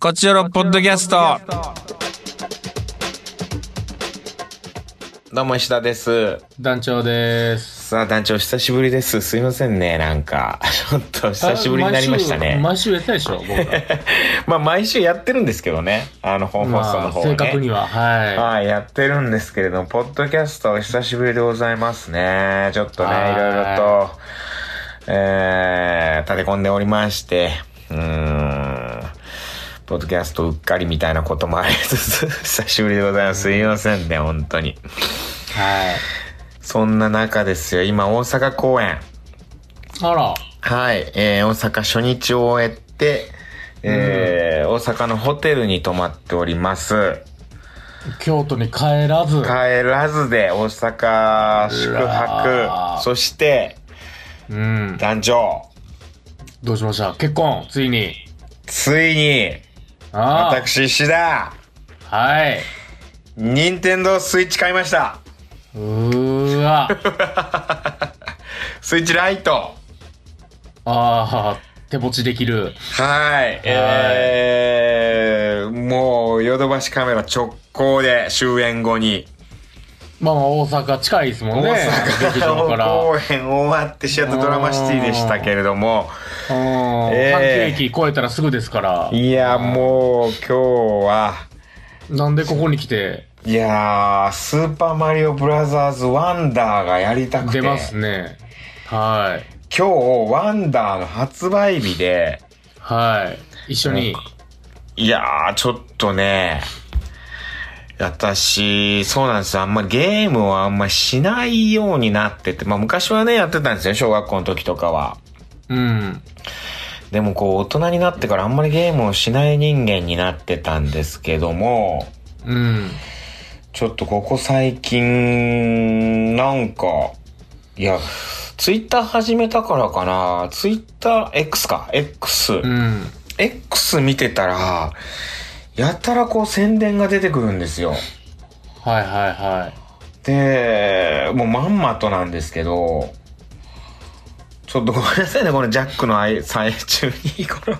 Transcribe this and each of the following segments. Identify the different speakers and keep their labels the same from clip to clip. Speaker 1: こちらのポッドキャスト。
Speaker 2: どうも石田です。
Speaker 3: 団長です。
Speaker 2: さあ団長久しぶりです。すいませんね、なんか。ちょっと久しぶりになりましたね。
Speaker 3: 毎週毎週やってたでしょ、僕ら。
Speaker 2: まあ毎週やってるんですけどね。あの本放送の
Speaker 3: まあ、
Speaker 2: 方ね。
Speaker 3: 正確には、は
Speaker 2: はい、やってるんですけれども、ポッドキャストお久しぶりでございますね。ちょっとね、
Speaker 3: はい
Speaker 2: いろいろと、えー、立て込んでおりまして、うーん、ポッドキャストうっかりみたいなこともありつつ、 久しぶりでございます。すいませんね、本当に。
Speaker 3: い。はい。
Speaker 2: そんな中ですよ、今大阪公演。
Speaker 3: あら、
Speaker 2: はい、えー、大阪初日を終えて、えー大阪のホテルに泊まっております。
Speaker 3: 京都に帰らず。
Speaker 2: 帰らずで大阪宿
Speaker 3: うわ
Speaker 2: 泊
Speaker 3: ー
Speaker 2: そして
Speaker 3: うん。
Speaker 2: 団長
Speaker 3: どうしました結婚、ついに。
Speaker 2: ついに
Speaker 3: ああ。
Speaker 2: 私石田
Speaker 3: はい。
Speaker 2: 任天堂スイッチ買いました
Speaker 3: うーわ。
Speaker 2: スイッチライト
Speaker 3: ああ、手持ちできる。
Speaker 2: はいえー、もうヨドバシカメラ直行で終演後に
Speaker 3: まあまあ、大阪近いですもんね。
Speaker 2: 大
Speaker 3: 劇場か
Speaker 2: 阪
Speaker 3: ら。
Speaker 2: の
Speaker 3: うん
Speaker 2: 公演終わってシアトルドラマシティでしたけれどもええ
Speaker 3: 阪急駅越えたらすぐですから。
Speaker 2: いやもう今日は
Speaker 3: なんでここに来て
Speaker 2: いやー、スーパーマリオブラザーズワンダーがやりたくて、
Speaker 3: 出ま
Speaker 2: 今
Speaker 3: すね。はい。
Speaker 2: 日ワンダーの発売日で、
Speaker 3: はい。一緒に。
Speaker 2: いやー、ちょっとね、私、そうなんですよ。あんまゲームをあんましないようになってて、まあ昔はね、やってたんですよ。小学校の時とかは。
Speaker 3: うん。
Speaker 2: でもこう、大人になってからあんまりゲームをしない人間になってたんですけども、
Speaker 3: うん。
Speaker 2: ちょっとここ最近、なんか、いや、ツイッター始めたからかな、ツイッター、X か、X、
Speaker 3: うん。
Speaker 2: X 見てたら、やたらこう宣伝が出てくるんですよ。
Speaker 3: はいはいは
Speaker 2: で、もうまんまとなんですけど、ちょっとごめんなさいね、このジャックのあい最中に、この、
Speaker 3: い。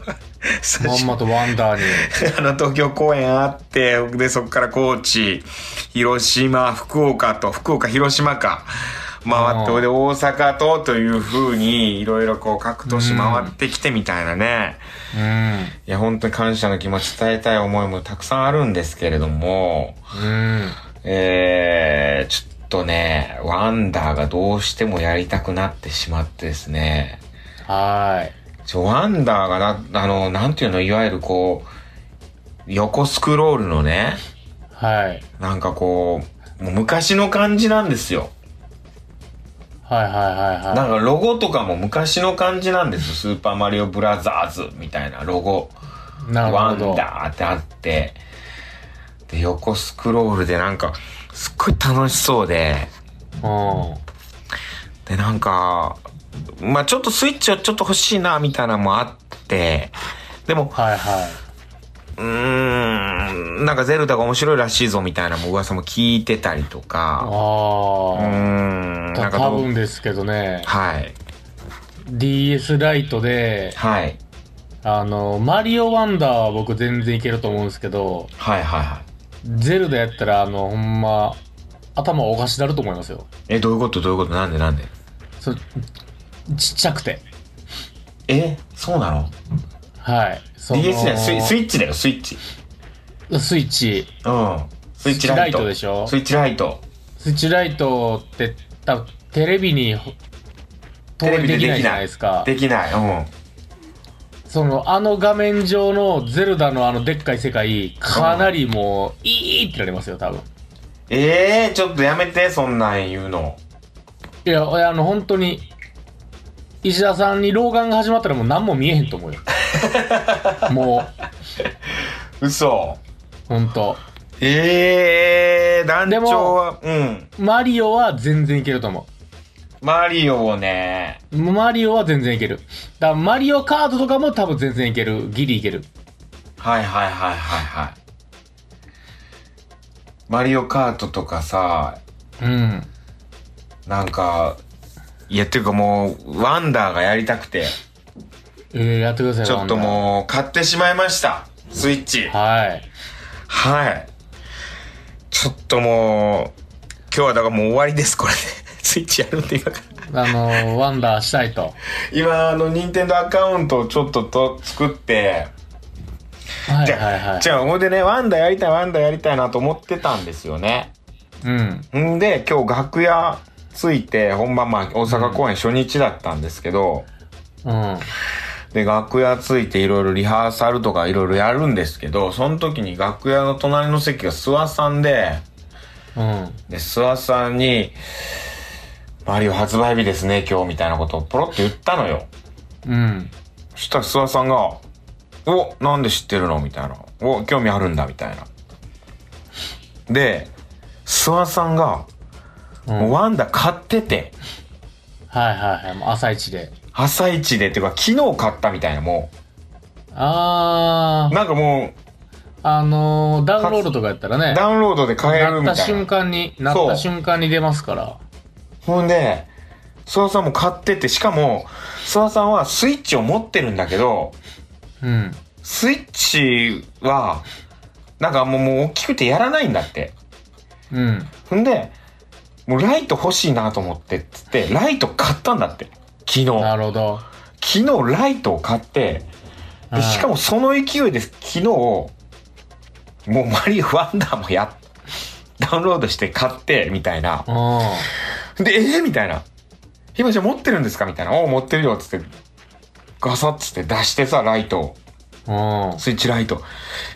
Speaker 3: まんまとワンダーに。
Speaker 2: あの東京公演あって、で、そこから高知、広島、福岡と、福岡、広島か、回って、
Speaker 3: うん
Speaker 2: で、大阪と、というふうに、いろいろこう、各都市回ってきてみたいなね。
Speaker 3: うん。
Speaker 2: いや、本当に感謝の気持ち伝えたい思いもたくさんあるんですけれども、
Speaker 3: うん。
Speaker 2: えー、ちょっとね、ワンダーがどうしてもやりたくなってしまってですね。
Speaker 3: は
Speaker 2: ちょ、ワンダーがな、あの、なんていうの、いわゆるこう、横スクロールのね、
Speaker 3: い。はい。
Speaker 2: なんかこう、もう昔の感じなんですよ。
Speaker 3: はいはいはい
Speaker 2: な
Speaker 3: は
Speaker 2: んかロゴとかも昔の感じなんです。スーパーマリオブラザーズみたいなロゴ。
Speaker 3: い。な
Speaker 2: ワ
Speaker 3: るほ
Speaker 2: ン
Speaker 3: ど。
Speaker 2: ダーってあって。で、横スクロールでなんか、すっごい楽しそうで。
Speaker 3: う
Speaker 2: で、なんか、まあちょっとスイッチはちょっと欲しいな、みたいなのもあって。でも
Speaker 3: ん。、はいは
Speaker 2: うーん、なんかゼルダが面白いらしいぞ、みたいなも噂も聞いてたりと
Speaker 3: い。
Speaker 2: か。うー
Speaker 3: あ
Speaker 2: ん、
Speaker 3: あ。
Speaker 2: な
Speaker 3: た
Speaker 2: んかど
Speaker 3: 多
Speaker 2: う
Speaker 3: 分ですけどね。
Speaker 2: はい。
Speaker 3: DS ライトで、
Speaker 2: はい。
Speaker 3: あの、マリオワンダーは僕全然いけると思うんですけど、
Speaker 2: はいはいはい。
Speaker 3: ゼルダやったら、あの、ほんま、頭おかしなると思いますよ。
Speaker 2: え、どういうことどういうことなんでなんで
Speaker 3: そちっちゃくて。
Speaker 2: え、そうなの
Speaker 3: はい。その
Speaker 2: ?DS じゃないスイスイッチだよ、スイッチ。
Speaker 3: スイッチ。
Speaker 2: うん。スイッチライト。
Speaker 3: スイッチライトでしょ
Speaker 2: スイッチライト。
Speaker 3: スイッチライトって多分テレビに投影できないじゃないですか
Speaker 2: できない。うん。
Speaker 3: そのあの画面上のゼルダのあのでっかい世界かなりもういいってなりますよ多分
Speaker 2: えー、ちょっとやめて、そんなん言うの。
Speaker 3: いやいやあの本当に石田さんに老眼が始まったらもう何も見えへん と思うよも
Speaker 2: 嘘。
Speaker 3: う本当
Speaker 2: えー、団長は、うん。
Speaker 3: マリオは全然いけると思
Speaker 2: マリオをね、
Speaker 3: うマリオは全然いけるだからマリオカードとかも多分全然いけるギリいける
Speaker 2: はいはいはいはいはい。マリオカートとかさ、
Speaker 3: うん
Speaker 2: なんか、いや、っていうかもう、ワンダーがやりたくて。
Speaker 3: えー、やってください
Speaker 2: ちょっと
Speaker 3: ワンダー
Speaker 2: もう、買ってしまいました。スイッチ。
Speaker 3: はい。
Speaker 2: はい。ちょっともう、今日はだからもう終わりです、これ で。スイッチやるんで今から。
Speaker 3: あの、ワンダーしたいと。
Speaker 2: 今、あの、任天堂アカウントをちょっとと作って、
Speaker 3: はい
Speaker 2: じ
Speaker 3: はい
Speaker 2: ゃ
Speaker 3: は
Speaker 2: あ、
Speaker 3: い
Speaker 2: じ。ゃあ、ほんでね、ワンダやりたい、ワンダやりたいなと思ってたんですよね。
Speaker 3: うん。
Speaker 2: んで、今日楽屋着いて、本番、まあ、大阪公演初日だったんですけど、
Speaker 3: うん。
Speaker 2: で、楽屋ついていろいろリハーサルとかいろいろやるんですけど、その時に楽屋の隣の席が諏訪さんで、
Speaker 3: うん。
Speaker 2: で、諏訪さんに、マリオ発売日ですね、今日みたいなことをポロって言ったのよ。
Speaker 3: うん。
Speaker 2: そしたら諏訪さんが、お、なんで知ってるのみたいな。お、興味あるんだ、みたいな。で、諏訪さんが、
Speaker 3: うん
Speaker 2: もうワンダ買ってて、
Speaker 3: はいはいはい。もう朝一で。
Speaker 2: 朝一でっていうか昨日買ったみたいな、も
Speaker 3: あ
Speaker 2: う。なんかも
Speaker 3: ー、あのー、ダウンロードとかやったら
Speaker 2: う、
Speaker 3: ね、
Speaker 2: ダウンロードで買える
Speaker 3: なっ
Speaker 2: み
Speaker 3: た
Speaker 2: たい
Speaker 3: 瞬
Speaker 2: な。
Speaker 3: 間に、なった瞬間に出ますから。
Speaker 2: ほんで、諏訪さんも買ってて、しかも、諏訪さんはスイッチを持ってるんだけど、
Speaker 3: うん。
Speaker 2: スイッチは、なんかもうもう大きくてやらないんだって。
Speaker 3: うん。
Speaker 2: ほんで、もうライト欲しいなと思ってっつって、ライト買ったんだって。昨日。
Speaker 3: なるほど。
Speaker 2: 昨日ライトを買って、
Speaker 3: うん
Speaker 2: でしかもその勢いで昨日、もうマリオワンダーもやっ、ダウンロードして買って、みたいな。
Speaker 3: う
Speaker 2: で、えー、みたいな。ひまちゃん持ってるんですかみたいな。おう持ってるよ、つって。ガサッつって出してさ、ライトを。
Speaker 3: ん。うん。
Speaker 2: スイッチライト。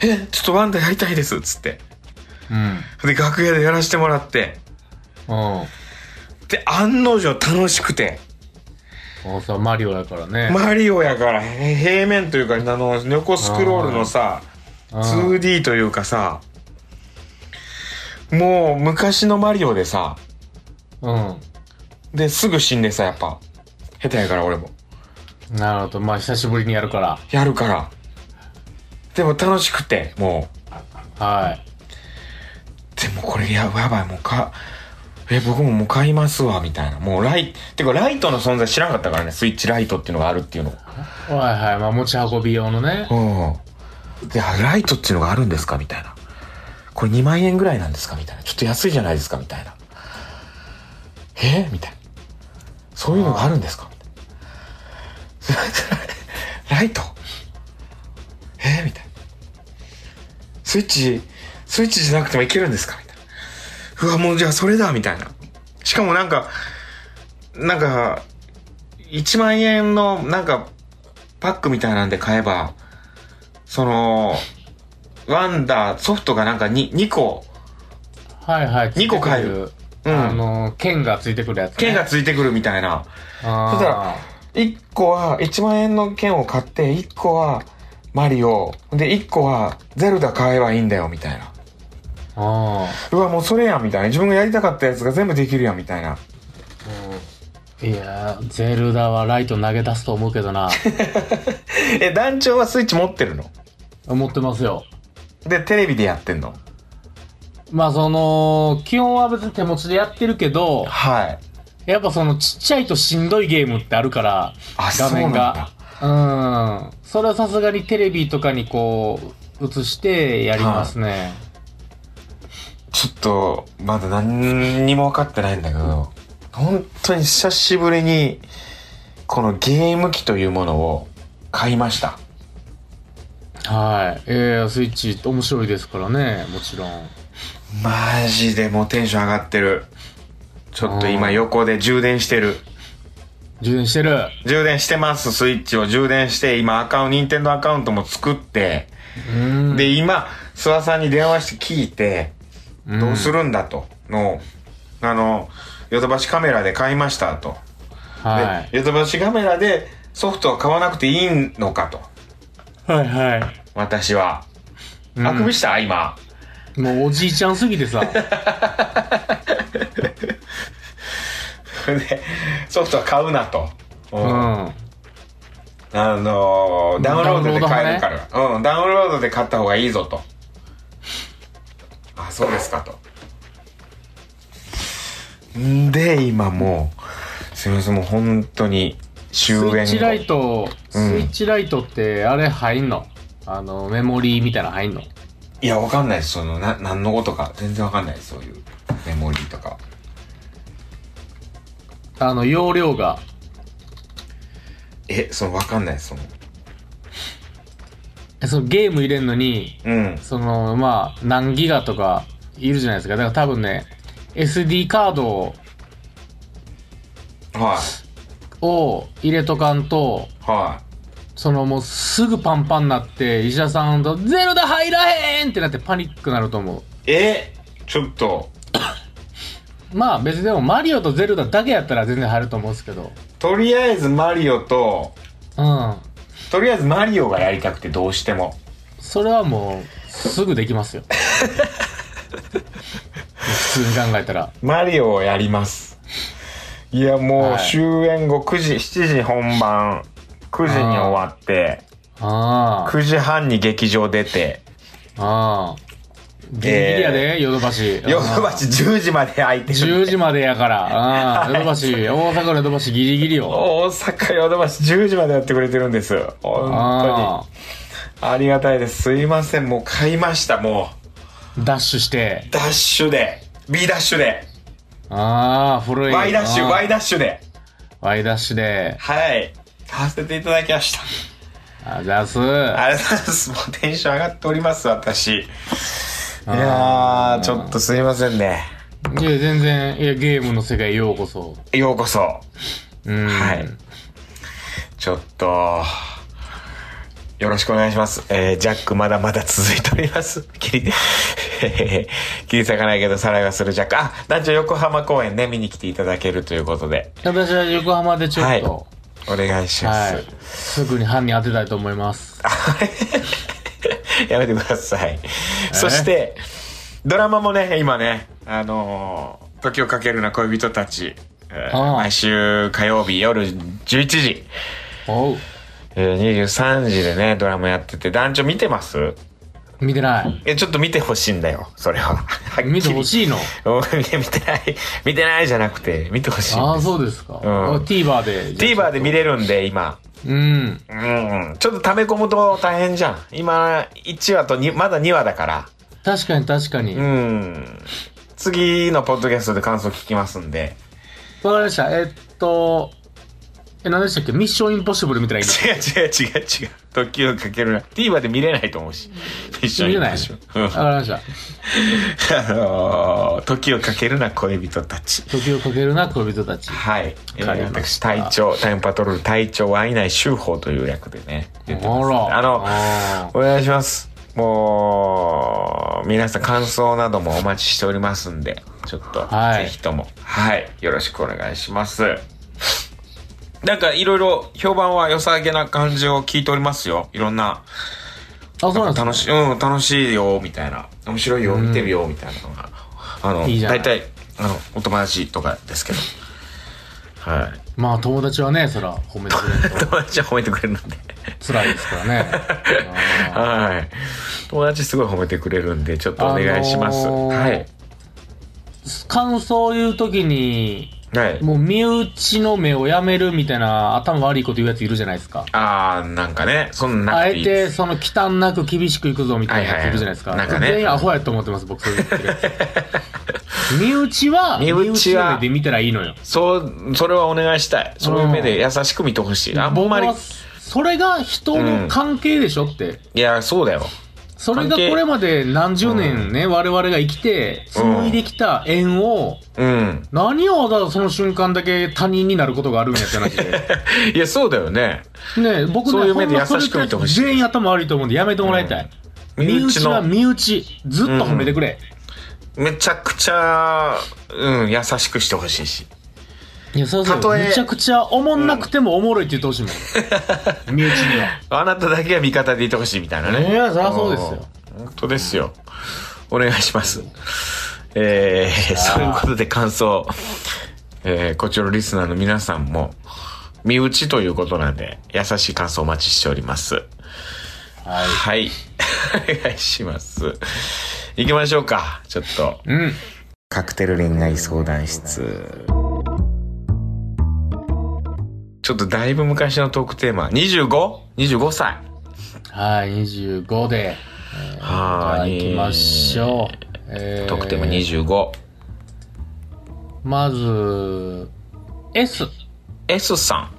Speaker 2: え、ちょっとワンダーやりたいです、つって。
Speaker 3: うん。
Speaker 2: で、楽屋でやらせてもらって。
Speaker 3: うん。
Speaker 2: で、案の定楽しくて。
Speaker 3: もうさ、マリオやからね。
Speaker 2: マリオやから、へ平面というか、あの、横スクロールのさ、
Speaker 3: うん
Speaker 2: 2D というかさ、もう昔のマリオでさ、
Speaker 3: う
Speaker 2: で、すぐ死んでさ、やっぱ。下手やから俺も。
Speaker 3: ん。なるほど。まあ、久しぶりにやるから。
Speaker 2: やるから。でも楽しくて、も
Speaker 3: は
Speaker 2: う。でもこれや、やばい、もうか、え、僕ももう買いますわ、みたいな。もうライ、てかライトの存在知らなかったからね、スイッチライトっていうのがあるっていうのを。
Speaker 3: い。はいはい。まあ、持ち運び用のね。
Speaker 2: うん。で、あライトっていうのがあるんですかみたいな。これ2万円ぐらいなんですかみたいな。ちょっと安いじゃないですかみたいな。えみたいな。そういうのがあるんですかみたいな。ライトえみたいな。スイッチ、スイッチじゃなくてもいけるんですかみたいな。うわ、もうじゃあそれだみたいな。しかもなんか、なんか、1万円のなんかパックみたいなんで買えば、その、ワンダー、ソフトがなんか 2, 2個、
Speaker 3: はいはい。
Speaker 2: 二個買える
Speaker 3: つい
Speaker 2: う
Speaker 3: てくる。あ
Speaker 2: ん、
Speaker 3: のー、剣がついてくるやつ、ね。
Speaker 2: 券がついてくるみたいな。
Speaker 3: あー。
Speaker 2: そしたら1個は1万円の券を買って、1個はマリオ、で1個はゼルダ買えばいいんだよみたいな。
Speaker 3: あ
Speaker 2: うわ、もうそれやんみたいな。自分がやりたかったやつが全部できるやんみたいな。
Speaker 3: あ。いやー、ゼルダはライト投げ出すと思うけど な。
Speaker 2: え、団長はスイッチ持ってるの
Speaker 3: 思ってますよ。
Speaker 2: で、テレビでやってんの
Speaker 3: まあ、その、基本は別に手持ちでやってるけど、
Speaker 2: はい。
Speaker 3: やっぱそのちっちゃいとしんどいゲームってあるから、
Speaker 2: あ
Speaker 3: 画面が。うん。それはさすがにテレビとかにこう、映してやりますね。
Speaker 2: ちょっと、まだ何にも分かってないんだけど、本当に久しぶりに、このゲーム機というものを買いました。
Speaker 3: はい。えー、スイッチ面白いですからね、もちろん。
Speaker 2: マジでもうテンション上がってる。ちょっと
Speaker 3: う
Speaker 2: 今
Speaker 3: ん
Speaker 2: 横で充電してる。
Speaker 3: 充電してる。
Speaker 2: 充電してます、スイッチを充電して、今アカウント、任天堂アカウントも作って、
Speaker 3: うん。
Speaker 2: で、今、諏訪さんに電話して聞いて、
Speaker 3: うん
Speaker 2: どうするんだと、の、あの、ヨドバシカメラで買いましたと。
Speaker 3: はい。
Speaker 2: でヨドバシカメラでソフトは買わなくていいのかと
Speaker 3: はいはい。
Speaker 2: 私は、あくびした今
Speaker 3: もうおじいちゃんすぎてさ。
Speaker 2: でソフトは買うなと、う
Speaker 3: うん
Speaker 2: あ
Speaker 3: ん。
Speaker 2: のーダウンロードで買えるか
Speaker 3: ダウン
Speaker 2: ら、うんダウンロードで買った方がいいぞとあそうですかとんで今もうすみませんもう本当に
Speaker 3: ス
Speaker 2: 終
Speaker 3: イ
Speaker 2: 焉
Speaker 3: ッチライ
Speaker 2: 後
Speaker 3: ト、スイッチライトってあれ入んの、あの、メモリーみたいなの入んの
Speaker 2: いや、わかんないです。その、な、何のことか。全然わかんないです。そういうメモリーとか。
Speaker 3: あの、容量が、
Speaker 2: え、その、わかんないです。その、
Speaker 3: そのゲーム入れんのに、
Speaker 2: うん。
Speaker 3: その、まあ、何ギガとかいるじゃないですか。だから多分ね、SD カードを
Speaker 2: は
Speaker 3: を入れとかんと、
Speaker 2: い。は
Speaker 3: そのもうすぐパンパンになって、石田さんとゼロだ入らへんってなってパニックなると思
Speaker 2: い。えちょっと、
Speaker 3: う。まあ別にでもマリオとゼルダだけやったら全然入ると思うんですけど。
Speaker 2: とりあえずマリオと、
Speaker 3: うん。
Speaker 2: とりあえずマリオがやりたくてどうしても。
Speaker 3: それはもうすぐできますよ。普通に考えたら。
Speaker 2: マリオをやります。いや、も
Speaker 3: は
Speaker 2: う
Speaker 3: い
Speaker 2: 終演後9時、7時本番、9時に終わって、
Speaker 3: あ
Speaker 2: 9時半に劇場出て、
Speaker 3: あ。ああ。ギリギリやで、ヨドバシ。
Speaker 2: ヨドバシ10時まで開いてる。
Speaker 3: 10時までやから。うん。ヨドバシ、大阪のヨドバシギリギリよ。
Speaker 2: 大阪ヨドバシ10時までやってくれてるんです。本
Speaker 3: あ
Speaker 2: 当に。ありがたいです。すいません。もう買いました。も
Speaker 3: あ。ダッシュして
Speaker 2: う。。ダッシュで。B ダッシュで。
Speaker 3: ああ、古い。
Speaker 2: Y ダッシュ、
Speaker 3: うん
Speaker 2: Y ダッシュで。
Speaker 3: ワイダッシュで、
Speaker 2: はい。させていただきました。
Speaker 3: あざっす。
Speaker 2: ありがとうございます。もうテンション上がっております、私。いやー、ちょっとすいませんね。
Speaker 3: いや、全然、いや、ゲームの世界へようこそ。
Speaker 2: ようこそ。
Speaker 3: うん。
Speaker 2: はい。ちょっと、よろしくお願いします。えー、ジャックまだまだ続いております。 切り、えー切り裂かないけどさらいはするジャック。あ、男女横浜公演ね、見に来ていただけるということで。
Speaker 3: 私は横浜でちょっと、
Speaker 2: お願いしま
Speaker 3: は
Speaker 2: す。
Speaker 3: い。すぐに犯人当てたいと思います。
Speaker 2: やめてください。 そして、ドラマもね、今ね、あのー時をかけるな恋人たち、えー
Speaker 3: ああ
Speaker 2: 毎週火曜日夜11時、
Speaker 3: おう。
Speaker 2: えー23時でね、ドラマやってて、団長見てます
Speaker 3: 見てない。
Speaker 2: え、ちょっと見てほしいんだよ、それは。はっきり
Speaker 3: 見てほしいの。
Speaker 2: お見て見てない、見てないじゃなくて、見てほしいん
Speaker 3: ああ、
Speaker 2: です。
Speaker 3: そうですか。
Speaker 2: ん
Speaker 3: あ TVer で。じゃあ
Speaker 2: TVer で見れるんで、今。
Speaker 3: うん。
Speaker 2: うん。ちょっと溜め込むと大変じゃん。今、1話とにまだ2話だから。
Speaker 3: 確かに確かに。
Speaker 2: う
Speaker 3: わか
Speaker 2: ん。次のポッドキャストで感想聞きますんで。
Speaker 3: りました。えっと、え、何でしたっけミッションインポッシブルみたいな。
Speaker 2: 違う違う違う違う。時をかけるな。TVer で見れないと思うし。一緒に
Speaker 3: 見れない
Speaker 2: うん
Speaker 3: わかりました。
Speaker 2: あのー時をかけるな恋人たち。
Speaker 3: 時をかけるな、恋人たち。
Speaker 2: はい。え
Speaker 3: わか
Speaker 2: ー
Speaker 3: りま
Speaker 2: 私、
Speaker 3: した
Speaker 2: 隊長、タイムパトロール隊長は会いない修法という役でね。出てますんで
Speaker 3: あら
Speaker 2: あの、
Speaker 3: あ
Speaker 2: お願いします。もう、皆さん感想などもお待ちしておりますんで、ちょっと、
Speaker 3: はい
Speaker 2: ぜひとも、はい、よろしくお願いします。なんかいろいろ評判は良さげな感じを聞いておりますよ。いろんな、
Speaker 3: あ、そうなんですか
Speaker 2: 楽しい、うん、楽しいよ、みたいな。面白いよ、見てるよ、みたいなのが。あの、
Speaker 3: いいじゃな
Speaker 2: 大
Speaker 3: い
Speaker 2: 体、あの、お友達とかですけど。はい。
Speaker 3: まあ友達はね、そら褒めてくれると
Speaker 2: 友達は褒めてくれるので。
Speaker 3: 辛いですから ね。あ
Speaker 2: はい。友達すごい褒めてくれるんで、ちょっとお願いします。
Speaker 3: あのー
Speaker 2: はい。
Speaker 3: ー感想を言うときに、
Speaker 2: はい。
Speaker 3: もう身内の目をやめるみたいな頭悪いこと言うやついるじゃないですか。
Speaker 2: あー、なんかね、そんなな
Speaker 3: あ
Speaker 2: くてい
Speaker 3: え
Speaker 2: いで
Speaker 3: て、
Speaker 2: す。
Speaker 3: その、忌憚なく厳しくいくぞみたいなやついるじゃないですか。
Speaker 2: はいはいはいなんかね
Speaker 3: 全員アホやと思ってます、僕、そう 言ってるやつ。身内は、
Speaker 2: 身内は
Speaker 3: の目で見たらいいのよ。
Speaker 2: そう、それはお願いしたい。そういう目で優しく見てほしい。あん
Speaker 3: 僕
Speaker 2: まり
Speaker 3: は、、それが人の関係でしょって。
Speaker 2: いや、そうだよ。
Speaker 3: それがこれまで何十年ね、我々が生きて、紡いできた縁を、
Speaker 2: うん。
Speaker 3: 何をわざわざその瞬間だけ他人になることがあるんやって話で。
Speaker 2: いや、そうだよね。
Speaker 3: ねえ僕
Speaker 2: そうい
Speaker 3: ね、
Speaker 2: う目
Speaker 3: ほん
Speaker 2: で
Speaker 3: まそ
Speaker 2: 優
Speaker 3: れ
Speaker 2: しく見てほしい
Speaker 3: 全員頭悪いと思うんでやめてもらいたい。
Speaker 2: うん身
Speaker 3: 身
Speaker 2: 内
Speaker 3: 内
Speaker 2: の
Speaker 3: は身内。ずっと褒めてくれ。
Speaker 2: めちゃくちゃ、うん、優しくしてほしいし。
Speaker 3: いや、そうそ
Speaker 2: たと
Speaker 3: う。
Speaker 2: え
Speaker 3: めちゃくちゃおもんなくてもおもろいって言ってほしいも ん。身内には。
Speaker 2: あなただけは味方でいてほしいみたいなね。
Speaker 3: いやそりゃそうですよ
Speaker 2: うん。本当ですよ。お願いします。えー、そういうことで感想、えー、こちらのリスナーの皆さんも、身内ということなんで、優しい感想お待ちしております。
Speaker 3: はい。
Speaker 2: はい。 お願いします。行きましょうか。ちょっと。
Speaker 3: うん。
Speaker 2: カクテル恋愛相談室。ちょっとだいぶ昔のトークテーマ。25?25 歳。
Speaker 3: はい、25で、えー、
Speaker 2: はーい
Speaker 3: じゃあ行きましょう。えー
Speaker 2: 得点も25。
Speaker 3: まず、S。
Speaker 2: S さ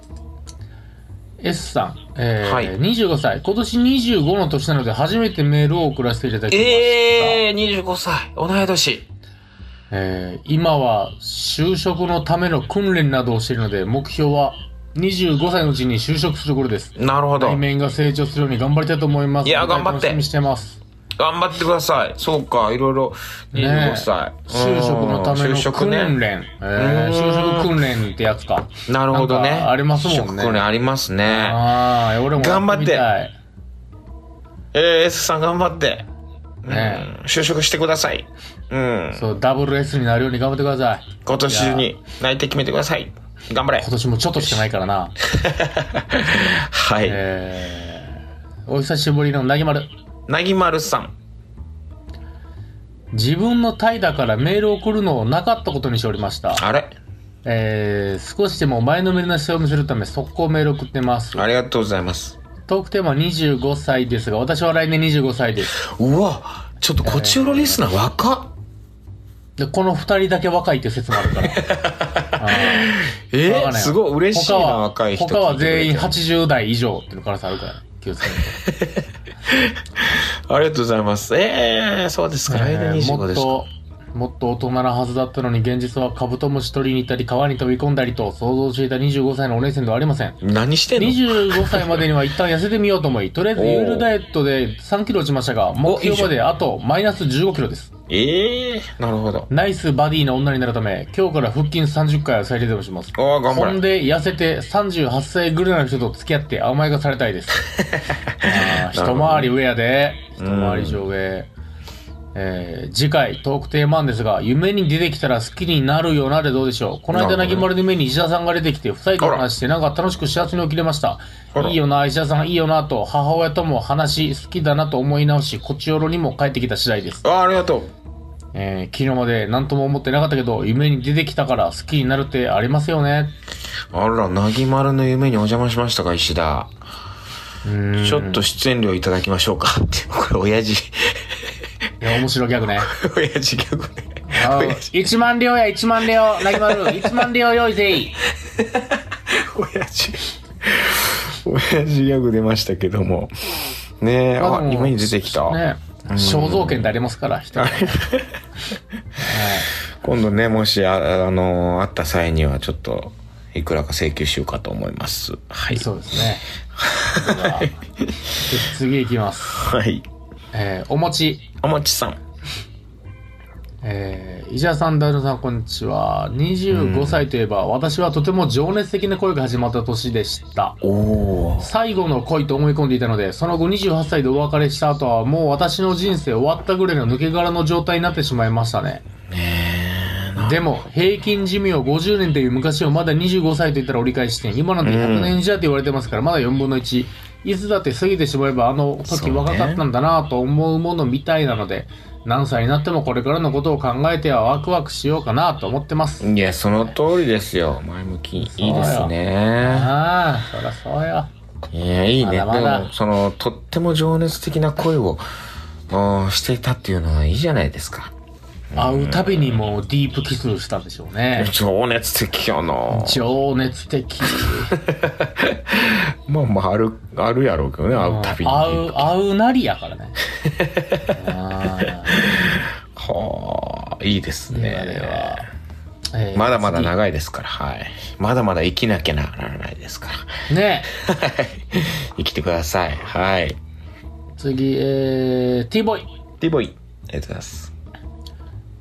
Speaker 3: S さん、えー
Speaker 2: はい
Speaker 3: 25歳。今年25の年なので初めてメールを送らせていただ
Speaker 2: ん。
Speaker 3: きました。
Speaker 2: ええー、25歳。同い年。
Speaker 3: えー今は就職のための訓練などをしているので、目標は25歳のうちに就職する頃です。
Speaker 2: なるほど。
Speaker 3: 対
Speaker 2: 頑
Speaker 3: 面が成長するように頑張りたいと思います。
Speaker 2: いや頑張って
Speaker 3: 楽しみにしてます。
Speaker 2: 張ってください。そうか、いろいろ。
Speaker 3: ねえ
Speaker 2: 25歳。
Speaker 3: 就職のため
Speaker 2: うん
Speaker 3: の
Speaker 2: 就職
Speaker 3: 訓練。
Speaker 2: ね。うー
Speaker 3: えー
Speaker 2: ん
Speaker 3: 就職訓練ってやつか。
Speaker 2: なるほどね。
Speaker 3: なんかありますもんね
Speaker 2: 就職訓練ありますね。
Speaker 3: ああ、俺もやみたい。
Speaker 2: えー、S さん頑張って。うん
Speaker 3: ね
Speaker 2: 就職してください。うん。
Speaker 3: そう、ダブル S になるように頑張ってください。
Speaker 2: 今年中に内定決めてください。頑張れ
Speaker 3: 今。年もちょっとしかないからな。
Speaker 2: はい。
Speaker 3: えー、お久しぶりのなぎまる。
Speaker 2: なぎまるさん。
Speaker 3: 自分の怠惰からメールを送るのをなかったことにしておりました。
Speaker 2: あれ
Speaker 3: えー、少しでも前のめりな姿勢を見せるため速攻メールを送ってます。
Speaker 2: ありがとうございます。
Speaker 3: トークテーマ25歳ですが、私は来年25 歳です。
Speaker 2: うわ、ちょっとこっちのリスナー若っ。
Speaker 3: で、この二人だけ若いっていう説もある から。
Speaker 2: え
Speaker 3: わかん
Speaker 2: ー、
Speaker 3: ない
Speaker 2: すごい嬉しいな、
Speaker 3: 他は
Speaker 2: 若い人。
Speaker 3: 他は全員
Speaker 2: あ
Speaker 3: 80代以上っていうのからさあるから、気をつけて。
Speaker 2: りがとうございます。えー、そうですか。 来年
Speaker 3: えー
Speaker 2: 25
Speaker 3: もっ
Speaker 2: ですか。
Speaker 3: と、もっと大人なはずだったのに、現実はカブトムシ取りに行ったり、川に飛び込んだりと、想像していた25歳のお姉さんではありません。
Speaker 2: 何してんの
Speaker 3: 25歳までには一旦痩せてみようと思い、とりあえずユールダイエットで3キロ落ちましたが、目標まであとマイナス15キロです。
Speaker 2: ええー、なるほど。
Speaker 3: ナイスバディな女になるため、今日から腹筋30回を最低でもします。
Speaker 2: おー、頑張
Speaker 3: ほん
Speaker 2: れ。
Speaker 3: で、痩せて38歳ぐらいの人と付き合って甘えがされた いです。あー一回り上やで。一回り上上。えー次回トークテーマなんですが、夢に出てきたら好きになるよなでどうでしょう。この間、
Speaker 2: なる
Speaker 3: な
Speaker 2: ほどね
Speaker 3: ぎまるの夢に石田さんが出てきて、夫妻と
Speaker 2: あら
Speaker 3: 話して、なんか楽しく幸せに起きれました
Speaker 2: あ。ら
Speaker 3: いいよな、石田さんいいよなと、母親とも話し、好きだなと思い直し、こちよろにも帰ってきた次第です。
Speaker 2: あー、ありがとう。
Speaker 3: えー昨日まで何とも思ってなかったけど、夢に出てきたから好きになるってありますよね。
Speaker 2: あら、なぎまるの夢にお邪魔しましたか、石田。ちょっと出演料いただきましょうか。 って、これ、親父、
Speaker 3: いや、面白いギャグね。
Speaker 2: 親父ギャグね。
Speaker 3: あ
Speaker 2: 親 父、
Speaker 3: 1万両や1万両、なぎまる、1万両用意せい。
Speaker 2: 親父、親父ギャグ出ましたけども。ねえ、
Speaker 3: まあ
Speaker 2: あ
Speaker 3: で、も
Speaker 2: 夢に出てきた。
Speaker 3: ね肖像権ってありますから、人はね
Speaker 2: 今度ね、もし、あ、あのー、あった際には、ちょっと、いくらか請求しようかと思います。はい。
Speaker 3: そうですね。では次いきます。
Speaker 2: はい。
Speaker 3: えーお餅。
Speaker 2: おもちさん。
Speaker 3: えー、石田さん、大野さん、こんにちは。25歳といえば、私はとても情熱的な恋が始まった年でした。
Speaker 2: おー。
Speaker 3: 最後の恋と思い込んでいたので、その後28歳でお別れした後は、もう私の人生終わったぐらいの抜け殻の状態になってしまいましたね。でも、平均寿命50年という昔をまだ25歳と言ったら折り返して、今なんて100年じゃと言われてますから、まだ4分の1。いつだって過ぎてしまえば、あの
Speaker 2: そう
Speaker 3: 時
Speaker 2: ね
Speaker 3: 若かったんだなと思うものみたいなので、何歳になってもこれからのことを考えてはワクワクしようかなと思ってます。
Speaker 2: いや、その通りですよ。前向き。いいですね。
Speaker 3: ああ、そらそうよ。
Speaker 2: いや、いいね。
Speaker 3: まだまだ
Speaker 2: でも、その、とっても情熱的な恋を、うんしていたっていうのはいいじゃないですか。
Speaker 3: 会うたびにもうディープキスしたんでしょうね。
Speaker 2: 情熱的やな
Speaker 3: 情熱的。
Speaker 2: まあまあ、ある、あるやろうけどね、会うたびに。
Speaker 3: 会う、会うなりやからね。あ
Speaker 2: はあ、いいです
Speaker 3: ーではで
Speaker 2: ね。
Speaker 3: は。えー
Speaker 2: まだまだ長いですから、はい。まだまだ生きなきゃならないです から。
Speaker 3: 次ね
Speaker 2: 生きてください。はい。
Speaker 3: 次、えー、T ボーイ。
Speaker 2: ディボイ。ありがとうございます。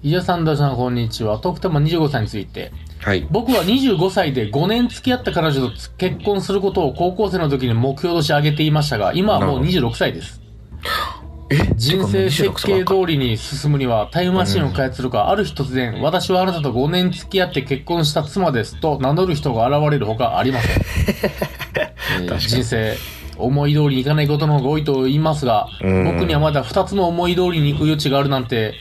Speaker 3: 伊沢さん、どうさん、こんにちは。トークテーマ25歳について。
Speaker 2: はい。
Speaker 3: 僕は25歳で5年付き合った彼女とつ結婚することを高校生の時に目標として挙げていましたが、今はもう26歳です。人生設計通りに進むにはタイムマシンを開発するか、ある日突然、私はあなたと5年付き合って結婚した妻ですと名乗る人が現れるほかあり ません。えー人生、思い通りにいかないことの方が多いと言いますが、
Speaker 2: うん
Speaker 3: 僕にはまだ2つの思い通りに行く余地があるなんて、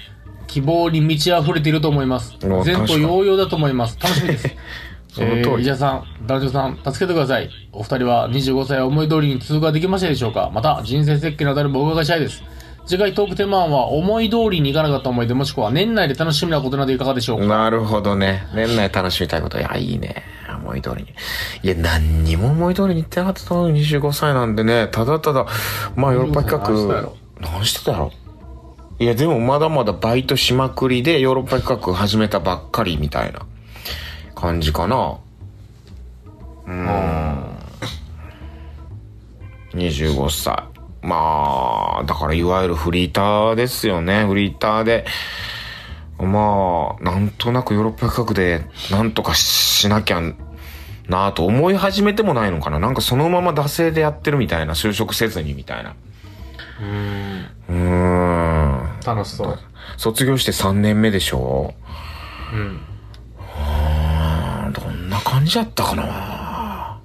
Speaker 3: 希望に満ち溢れていると思います。
Speaker 2: うん
Speaker 3: 前
Speaker 2: 確か
Speaker 3: 途
Speaker 2: に
Speaker 3: 応用だと思います。楽しみです。
Speaker 2: その通
Speaker 3: えー、
Speaker 2: り
Speaker 3: 伊者さん、男女さん、助けてください。お二人は25歳を思い通りに通過できましたでしょうかまた、人生設計のあたりもお伺いしたいです。次回トークテーマ案は、思い通りにいかなかった思い出、もしくは年内で楽しみなことなどいかがでしょうか、
Speaker 2: なるほどね。年内楽しみたいこと。いや、いいね。思い通りに。いや、何にも思い通りに言ってなかったと思う。25歳なんでね。ただただ、まあ、ヨーロッパ企画、何してたやろいや、でもまだまだバイトしまくりで、ヨーロッパ企画始めたばっかりみたいな感じかな。うーん。25歳。まあ、だからいわゆるフリーターですよね。フリーターで。まあ、なんとなくヨーロッパ企画で、なんとかしなきゃなぁと思い始めてもないのかな。なんかそのまま惰性でやってるみたいな、就職せずにみたいな。うー
Speaker 3: うん、
Speaker 2: ん。
Speaker 3: 楽しそう。
Speaker 2: 卒業して3年目でしょ
Speaker 3: うん。
Speaker 2: うんどんな感じだったかな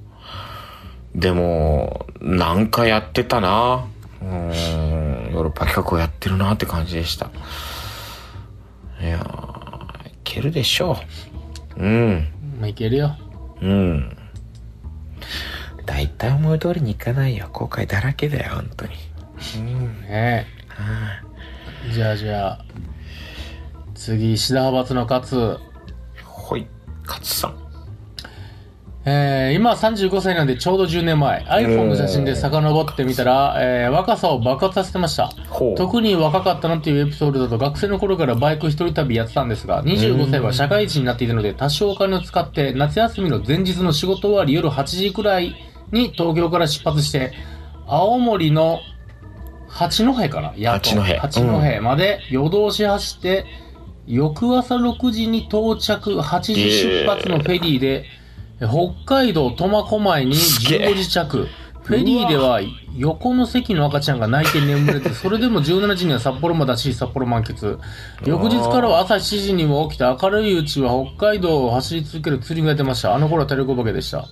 Speaker 2: でも、なんかやってたなうーん、ヨーロッパ企画をやってるなって感じでした。いやー、いけるでしょう。うん。
Speaker 3: まあ、いけるよ。
Speaker 2: うん。大体思い通りにいかないよ。後悔だらけだよ、本当に。うん。
Speaker 3: ね
Speaker 2: は
Speaker 3: え。じゃあじゃあ、次、志田派閥の勝。
Speaker 2: い。ほい、勝さん。
Speaker 3: えー、今35歳なんでちょうど10年前 iPhone の写真で遡ってみたら、えー、若さを爆発させてました
Speaker 2: ほう
Speaker 3: 特に若かったなというエピソードだと学生の頃からバイク一人旅やってたんですが25歳は社会人になっていたので多少お金を使って夏休みの前日の仕事終わり夜8時くらいに東京から出発して青森の八戸かなやっと
Speaker 2: 八戸
Speaker 3: 八戸まで夜通し走って、翌朝6時に到着8時出発のフェリーで、北海道苫小牧に
Speaker 2: すげえ
Speaker 3: 15時着フェリーでは横の席の赤ちゃんが泣いて眠れて それでも17時には札幌まで走り札幌満喫翌日からは朝7時にも起きて明るいうちは北海道を走り続ける釣りが出ましたあの頃はテレコバケでした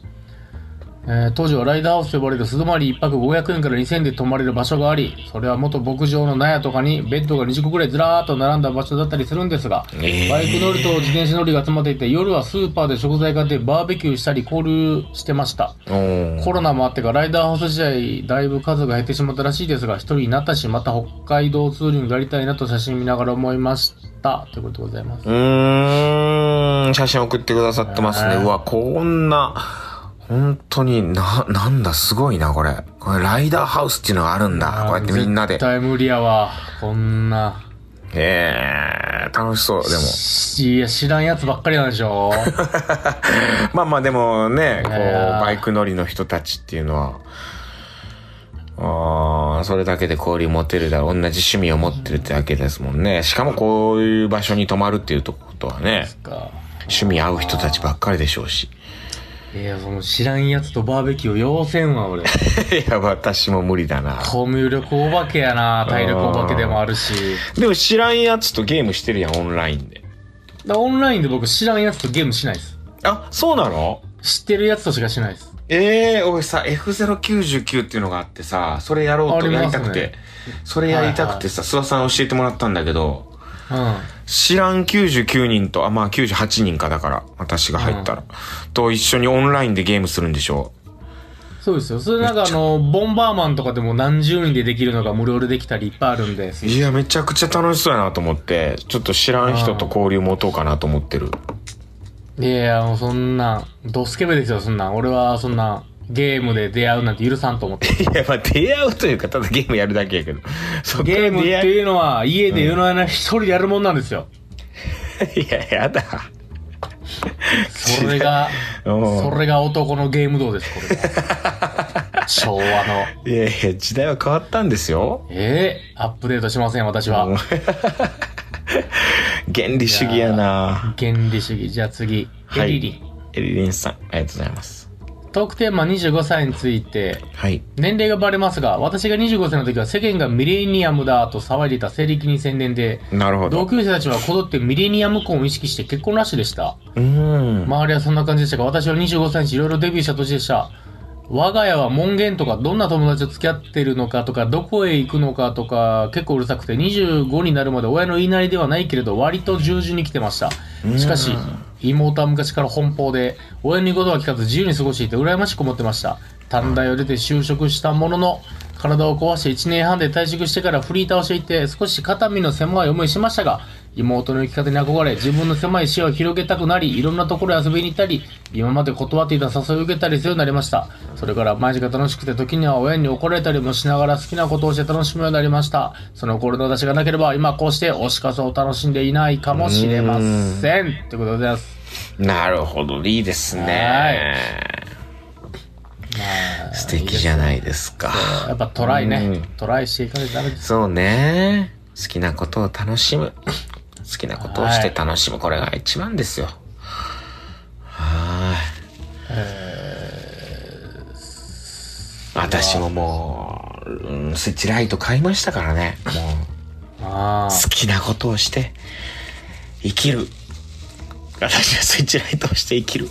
Speaker 3: えー当時はライダーハウスと呼ばれる素泊まり1泊500円から2000円で泊まれる場所があり、それは元牧場の納屋とかにベッドが20個くらいずらーっと並んだ場所だったりするんですが、
Speaker 2: えー
Speaker 3: バイク乗りと自転車乗りが集まっていて、夜はスーパーで食材買ってバーベキューしたり交流してました。
Speaker 2: うん。
Speaker 3: コロナもあってか、ライダーハウス時代、だいぶ数が減ってしまったらしいですが、一人になったし、また北海道ツーリングやりたいなと写真見ながら思いました。ということでございます。
Speaker 2: うーん、写真送ってくださってますね。
Speaker 3: ね
Speaker 2: うわ、こんな、本当にな、なんだ、すごいな、これ。これ、ライダーハウスっていうのがあるんだ。こうやってみんなで
Speaker 3: 絶。対無理やわ。こんな。
Speaker 2: ええー、楽しそう、でも。
Speaker 3: いや、知らんやつばっかりなんでしょ
Speaker 2: まあまあ、でもね、こう、
Speaker 3: いやー
Speaker 2: バイク乗りの人たちっていうのは、あーそれだけで交流持てるだろう。同じ趣味を持ってるってだけですもんね。しかもこういう場所に泊まるっていうとことはね、
Speaker 3: か
Speaker 2: 趣味合う人たちばっかりでしょうし。
Speaker 3: いや、その知らんやつとバーベキュー要せんわ、 俺。
Speaker 2: いや、私も無理だな。
Speaker 3: コミュ力お化けやな。体力お化けでもあるし。
Speaker 2: でも知らんやつとゲームしてるやん、オンラインで。
Speaker 3: だからオンラインで僕知らんやつとゲームしないです。
Speaker 2: あ、そうなの
Speaker 3: 知ってるやつとしかしないです。
Speaker 2: ええ俺さ、F099 っていうのがあってさ、それやろうと
Speaker 3: あり
Speaker 2: やり
Speaker 3: ま
Speaker 2: た
Speaker 3: すね
Speaker 2: くて、それやりたくてさ、諏訪さん教えてもらったんだけど、知らん99人と、あ、まあ98人かだから、私が入ったら、と一緒にオンラインでゲームするんでしょ
Speaker 3: うん。そうですよ。それなんかあの、ボンバーマンとかでも何十人でできるのが無料でできたりいっぱいあるんで。
Speaker 2: いや、めちゃくちゃ楽しそうやなと思って、ちょっと知らん人と交流持とうかなと思ってる。
Speaker 3: いや、もうそんなん、ドスケベですよ、そんなん。俺はそんなん、ゲームで出会うなんて許さんと 思って。
Speaker 2: いや、まあ出会うというか、ただゲームやるだけやけど。そっから
Speaker 3: ゲームっ
Speaker 2: 出会
Speaker 3: ていうのは家で夜な夜な一人でやるもんなんですよ。
Speaker 2: いや、やだ。
Speaker 3: それが、
Speaker 2: うん
Speaker 3: それが男のゲーム道です、これ が。昭和の。
Speaker 2: いやいや、時代は変わったんですよ。
Speaker 3: ええアップデートしません、私は。
Speaker 2: 原理主義やな
Speaker 3: 原理主義。じゃあ次、
Speaker 2: はい
Speaker 3: エリリン。
Speaker 2: エリリンさん、ありがとうございます。
Speaker 3: トークテーマ25歳について、
Speaker 2: はい。
Speaker 3: 年齢がバレますが、私が25歳の時は世間がミレニアムだと騒いでいた西暦に宣伝で、
Speaker 2: なるほ
Speaker 3: 同
Speaker 2: ど。
Speaker 3: 級生たちはこぞってミレニアム婚を意識して結婚ラッシュでした。
Speaker 2: うーん。
Speaker 3: 周りはそんな感じでしたが、私は25歳にいろいろデビューした年でした。我が家は門限とか、どんな友達と付き合ってるのかとか、どこへ行くのかとか、結構うるさくて、25になるまで親の言いなりではないけれど、割と従順に来てました。しかし、妹は昔から奔放で、親に言うことは聞かず自由に過ごしていて羨ましく思ってました。短大を出て就職したものの、体を壊して1年半で退職してからフリーターをしていて、少し肩身の狭い思いしましたが、妹の生き方に憧れ、自分の狭い視野を広げたくなり、いろんなところへ遊びに行ったり、今まで断っていた誘いを受けたりするようになりました。それから毎日が楽しくて、時には親に怒られたりもしながら好きなことをして楽しむようになりました。その頃の私がなければ、今こうして推し活を楽しんでいないかもしれません。ということでございます。
Speaker 2: なるほど、いいですね。
Speaker 3: まあ
Speaker 2: 素敵じゃないですか。
Speaker 3: やっぱトライ
Speaker 2: う
Speaker 3: ね
Speaker 2: ん。
Speaker 3: トライしていかないとダメです。
Speaker 2: そうね。好きなことを楽しむ。 好きなことをして楽しむ。これが一番ですよ。はーい。私ももう、うんスイッチライト買いましたからね。も
Speaker 3: あ
Speaker 2: う、好きなことをして、生きる。私はスイッチライトをして生きる。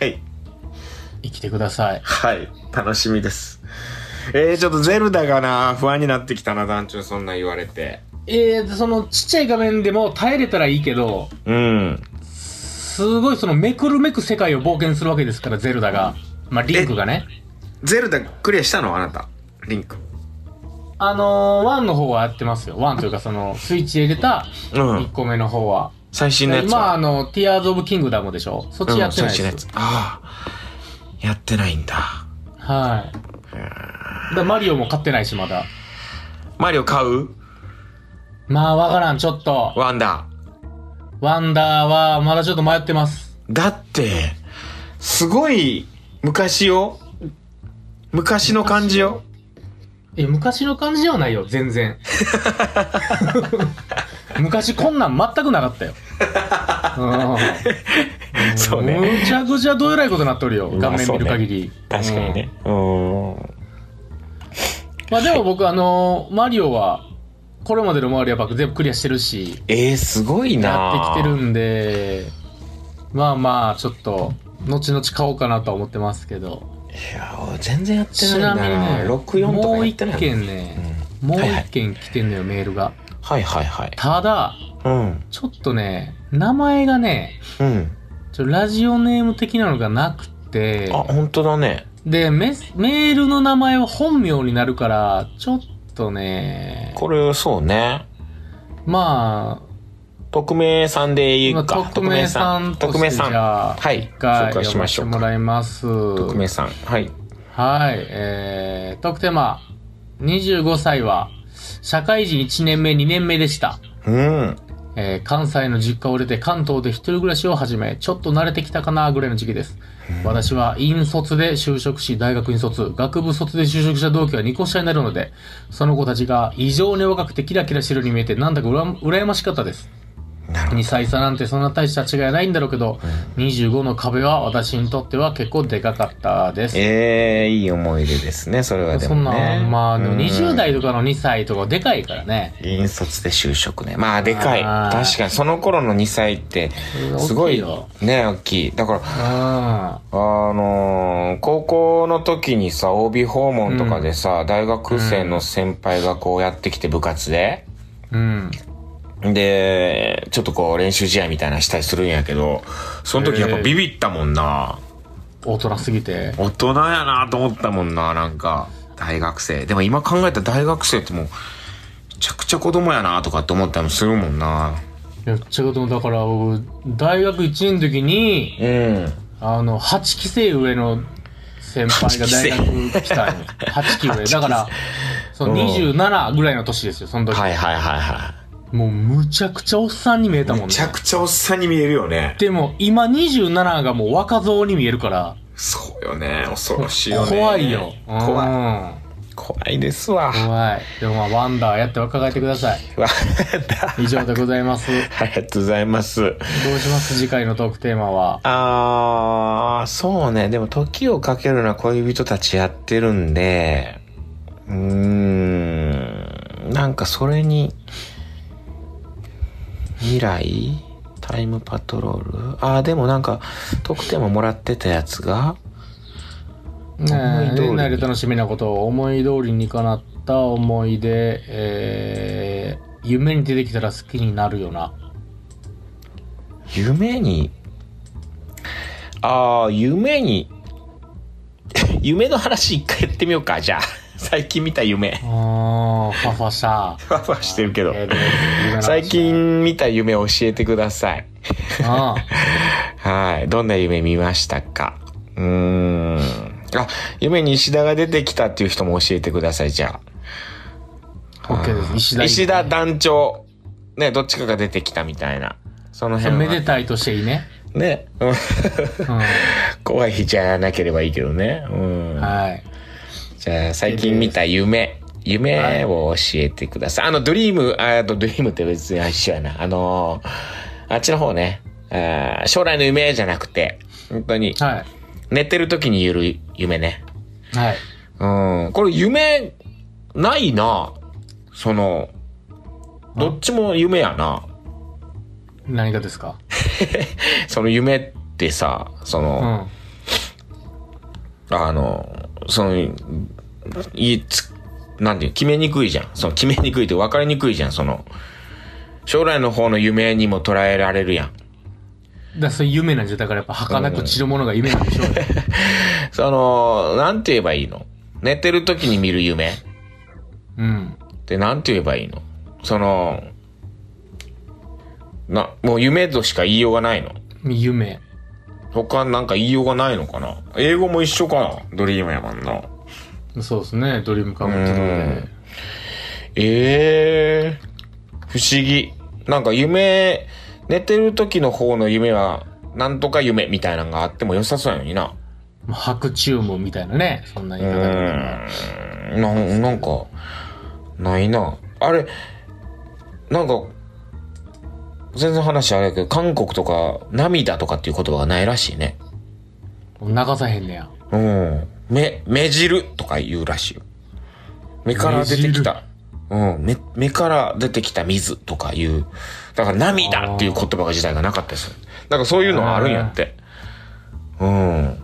Speaker 2: はい。
Speaker 3: 生きてください。
Speaker 2: はい。楽しみです。えー、ちょっとゼルダがな、不安になってきたな、団長そんな言われて。
Speaker 3: えー、そのちっちゃい画面でも耐えれたらいいけど、
Speaker 2: うん。
Speaker 3: すごいそのめくるめく世界を冒険するわけですから、ゼルダが。まあ、リンクがね。
Speaker 2: ゼルダクリアしたのあなた。リンク。
Speaker 3: あのー、ワンの方はやってますよ。ワンというかその、スイッチで入れた
Speaker 2: う
Speaker 3: 1。個目の方は。
Speaker 2: 最新のやつ
Speaker 3: 今、あ
Speaker 2: は。
Speaker 3: の、ティアーズ・オブ・キングダムでしょそっちやってない
Speaker 2: うん最新の
Speaker 3: で
Speaker 2: や
Speaker 3: す
Speaker 2: つ。。ああ。やってないんだ。
Speaker 3: はい。だからマリオも買ってないし、まだ。
Speaker 2: マリオ買う
Speaker 3: まあ、わからん、ちょっと。
Speaker 2: ワンダ
Speaker 3: ワンダーは、まだちょっと迷ってます。
Speaker 2: ー。だって、すごい、昔よ。昔の感じよ。
Speaker 3: え、昔の感じではないよ、全 然。昔こんなん全くなかったよ。 う ん
Speaker 2: そうね
Speaker 3: むちゃくちゃどえらいことになっとるよ、
Speaker 2: まあ
Speaker 3: 画面見る限り。うん。
Speaker 2: うん。
Speaker 3: まあでも僕、あのーマリオは、これまでのマリオパック全部クリアしてるし、
Speaker 2: えー、すごいな
Speaker 3: やってきてるんで、まあまあ、ちょっと、後々買おうかなとは思ってますけど。
Speaker 2: いやー、全然やってな
Speaker 3: ち
Speaker 2: いん
Speaker 3: なみ
Speaker 2: だ
Speaker 3: にね、
Speaker 2: 64と
Speaker 3: も
Speaker 2: か
Speaker 3: う
Speaker 2: やって
Speaker 3: 一
Speaker 2: ないもん。
Speaker 3: 件ね、もう
Speaker 2: はいは
Speaker 3: 一
Speaker 2: い
Speaker 3: 件来てんのよ、メールが。
Speaker 2: はいはいはい。
Speaker 3: ただ、
Speaker 2: うん。
Speaker 3: ちょっとね、名前がね、
Speaker 2: うん。
Speaker 3: ちょラジオネーム的なのがなくて
Speaker 2: あ、、本当だね。
Speaker 3: で、メスメールの名前は本名になるから、ちょっとね、
Speaker 2: これ、そうね。
Speaker 3: ま
Speaker 2: 匿名さんで
Speaker 3: あ、
Speaker 2: い
Speaker 3: まあ
Speaker 2: いか。
Speaker 3: 匿名さんと
Speaker 2: 匿
Speaker 3: して
Speaker 2: 名
Speaker 3: じ
Speaker 2: さん。
Speaker 3: ゃあ、
Speaker 2: はい
Speaker 3: 一回
Speaker 2: 紹介し
Speaker 3: 読
Speaker 2: ま
Speaker 3: ま
Speaker 2: し
Speaker 3: せ
Speaker 2: ょ
Speaker 3: て
Speaker 2: うか
Speaker 3: もらいます。
Speaker 2: 匿名さん。はい。
Speaker 3: はい、えー、特テーマ、25歳は、社会人1年目、2年目でした。
Speaker 2: うん。
Speaker 3: えー関西の実家を出て関東で一人暮らしを始め、ちょっと慣れてきたかなぐらいの時期です。私は院卒で就職し、大学院卒、学部卒で就職した同期は2個下になるので、その子たちが異常に若くてキラキラしてるように見えて、なんだかうら羨ましかったです。
Speaker 2: なるほ
Speaker 3: 2歳差なんてそんな大した違いはないんだろうけど、25の壁は私にとっては結構でかかったです。
Speaker 2: ええいい思い出ですね。それはで
Speaker 3: そ
Speaker 2: も
Speaker 3: ん
Speaker 2: ね。
Speaker 3: なん、まあ、でも20
Speaker 2: うん。
Speaker 3: 代とかの2歳とかでかいからね。
Speaker 2: 引率で就職ね。まあ、でかい。
Speaker 3: あー
Speaker 2: 確かに、その頃の2歳って
Speaker 3: う、ん
Speaker 2: すご
Speaker 3: 大きい
Speaker 2: い
Speaker 3: よ、
Speaker 2: ね、大きい。だから、
Speaker 3: うん。は
Speaker 2: あのー高校の時にさ、OB 訪問とかでさ、大学生の先輩がこうやってきて部活で、
Speaker 3: うん。
Speaker 2: で、ちょっとこう練習試合みたいなしたりするんやけど、その時やっぱビビったもんな。
Speaker 3: 大人すぎて。
Speaker 2: 大人やなと思ったもんな、なんか。大学生。でも今考えたら大学生ってもう、めちゃくちゃ子供やなとかって思ったりもするもんな。
Speaker 3: めっちゃ子供だから僕大学1年の時に
Speaker 2: うん。
Speaker 3: あの8期生上の先輩が大学来たんよ8期上だからその
Speaker 2: うん
Speaker 3: 27ぐらいの年ですよその時、
Speaker 2: はいはいはいは
Speaker 3: もうむちゃくちゃおっさんに見えた
Speaker 2: い。め
Speaker 3: もんね
Speaker 2: ちゃくちゃおっさんに見えるよね。
Speaker 3: でも今27がもう若造に見えるから
Speaker 2: そうよね。恐ろしいよね。
Speaker 3: 怖いよ
Speaker 2: 怖い。
Speaker 3: い
Speaker 2: 怖いですわ。
Speaker 3: 怖いでもまあワンダーやって若返ってください
Speaker 2: わかった。
Speaker 3: 以上でございま すど
Speaker 2: ありがとうございます。
Speaker 3: うします次回のトークテーマは
Speaker 2: あー、そうね。でも、時をかけるな恋人たちやってるんで、うーん、なんかそれに、未来タイムパトロールあー、でもなんか、特典ももらってたやつが、思い
Speaker 3: ねえ
Speaker 2: 通りに
Speaker 3: 年内で楽しみなことを思い通りに叶った思い出、えー夢に出てきたら好きになるよな
Speaker 2: 夢に、ああ、夢に、 夢の話一回やってみようか、じゃあ。最近見た夢。
Speaker 3: ああ、ファファした。
Speaker 2: ふわふわしてるけど。
Speaker 3: えーで夢の話
Speaker 2: 最近見た夢教えてください。
Speaker 3: ああ
Speaker 2: はい。どんな夢見ましたかうーん。あ、夢に石田が出てきたっていう人も教えてください、じゃあ。
Speaker 3: OK です石田いいね
Speaker 2: 石田団長。ね、どっちかが出てきたみたいな。その
Speaker 3: そ
Speaker 2: 辺
Speaker 3: う
Speaker 2: は。
Speaker 3: めでたいとしていいね。
Speaker 2: ね。うん
Speaker 3: うん、
Speaker 2: 怖い日じゃなければいいけどね。うん。
Speaker 3: はい。
Speaker 2: じゃあ、最近見た夢。夢を教えてください。あの、ドリーム、ああとドリームって別に一緒やな。あのーあっちの方ね。あー将来の夢じゃなくて、本当に、
Speaker 3: は
Speaker 2: 寝てる時に言る夢ね。
Speaker 3: い。はい。
Speaker 2: うん。これ夢、ないな。その、どっちも夢やな。
Speaker 3: 何がですか
Speaker 2: その夢ってさ、その、
Speaker 3: うん。
Speaker 2: あの、その、いつ、なんていう、決めにくいじゃん。その、決めにくいって分かりにくいじゃん、その。将来の方の夢にも捉えられるやん。
Speaker 3: だからそういう夢なんじゃ、だからやっぱ儚く散るものが夢なんでしょう ね。
Speaker 2: その、なんて言えばいいの寝てる時に見る夢っ
Speaker 3: うん。
Speaker 2: てなんて言えばいいのその、な、もう夢としか言いようがないの。
Speaker 3: 夢。
Speaker 2: 他なんか言いようがないのかな英語も一緒かなドリームやもんな。
Speaker 3: そうですね。ドリームカムってとこで。
Speaker 2: ええ不思議。なんか夢、寝てる時の方の夢は、なんとか夢みたいなのがあっても良さそうやのにな。
Speaker 3: まあ白昼夢みたいなね。そんな
Speaker 2: う
Speaker 3: 言い方だけど
Speaker 2: ーん。なん、なんか、ないな。あれ、なんか、全然話あれやけど、韓国とか、涙とかっていう言葉がないらしいね。
Speaker 3: 流さへんねや。
Speaker 2: うん。目、目汁とか言うらしいよ。目から出てきた。うん。目、目から出てきた水とか言う。だから涙っていう言葉が時代がなかったでする。だからそういうのはあるんやって。うん。
Speaker 3: うん。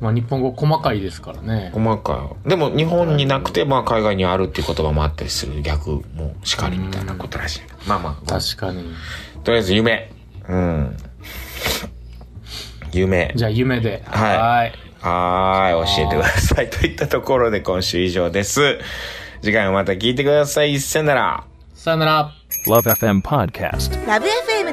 Speaker 3: まあ日本語細かいですからね。
Speaker 2: 細かい。でも日本になくて、まあ海外にあるっていう言葉もあったりする。逆もしかりみたいなことらしい。まあまあ、
Speaker 3: 確かに。
Speaker 2: とりあえず夢。うん。夢。
Speaker 3: じゃあ夢で。
Speaker 2: はい
Speaker 3: はい。
Speaker 2: はーい、教えてください。といったところで今週以上です。次回もまた聞いてください。さよなら。
Speaker 3: さよなら。
Speaker 1: Love FM Podcast.
Speaker 4: ラブ f m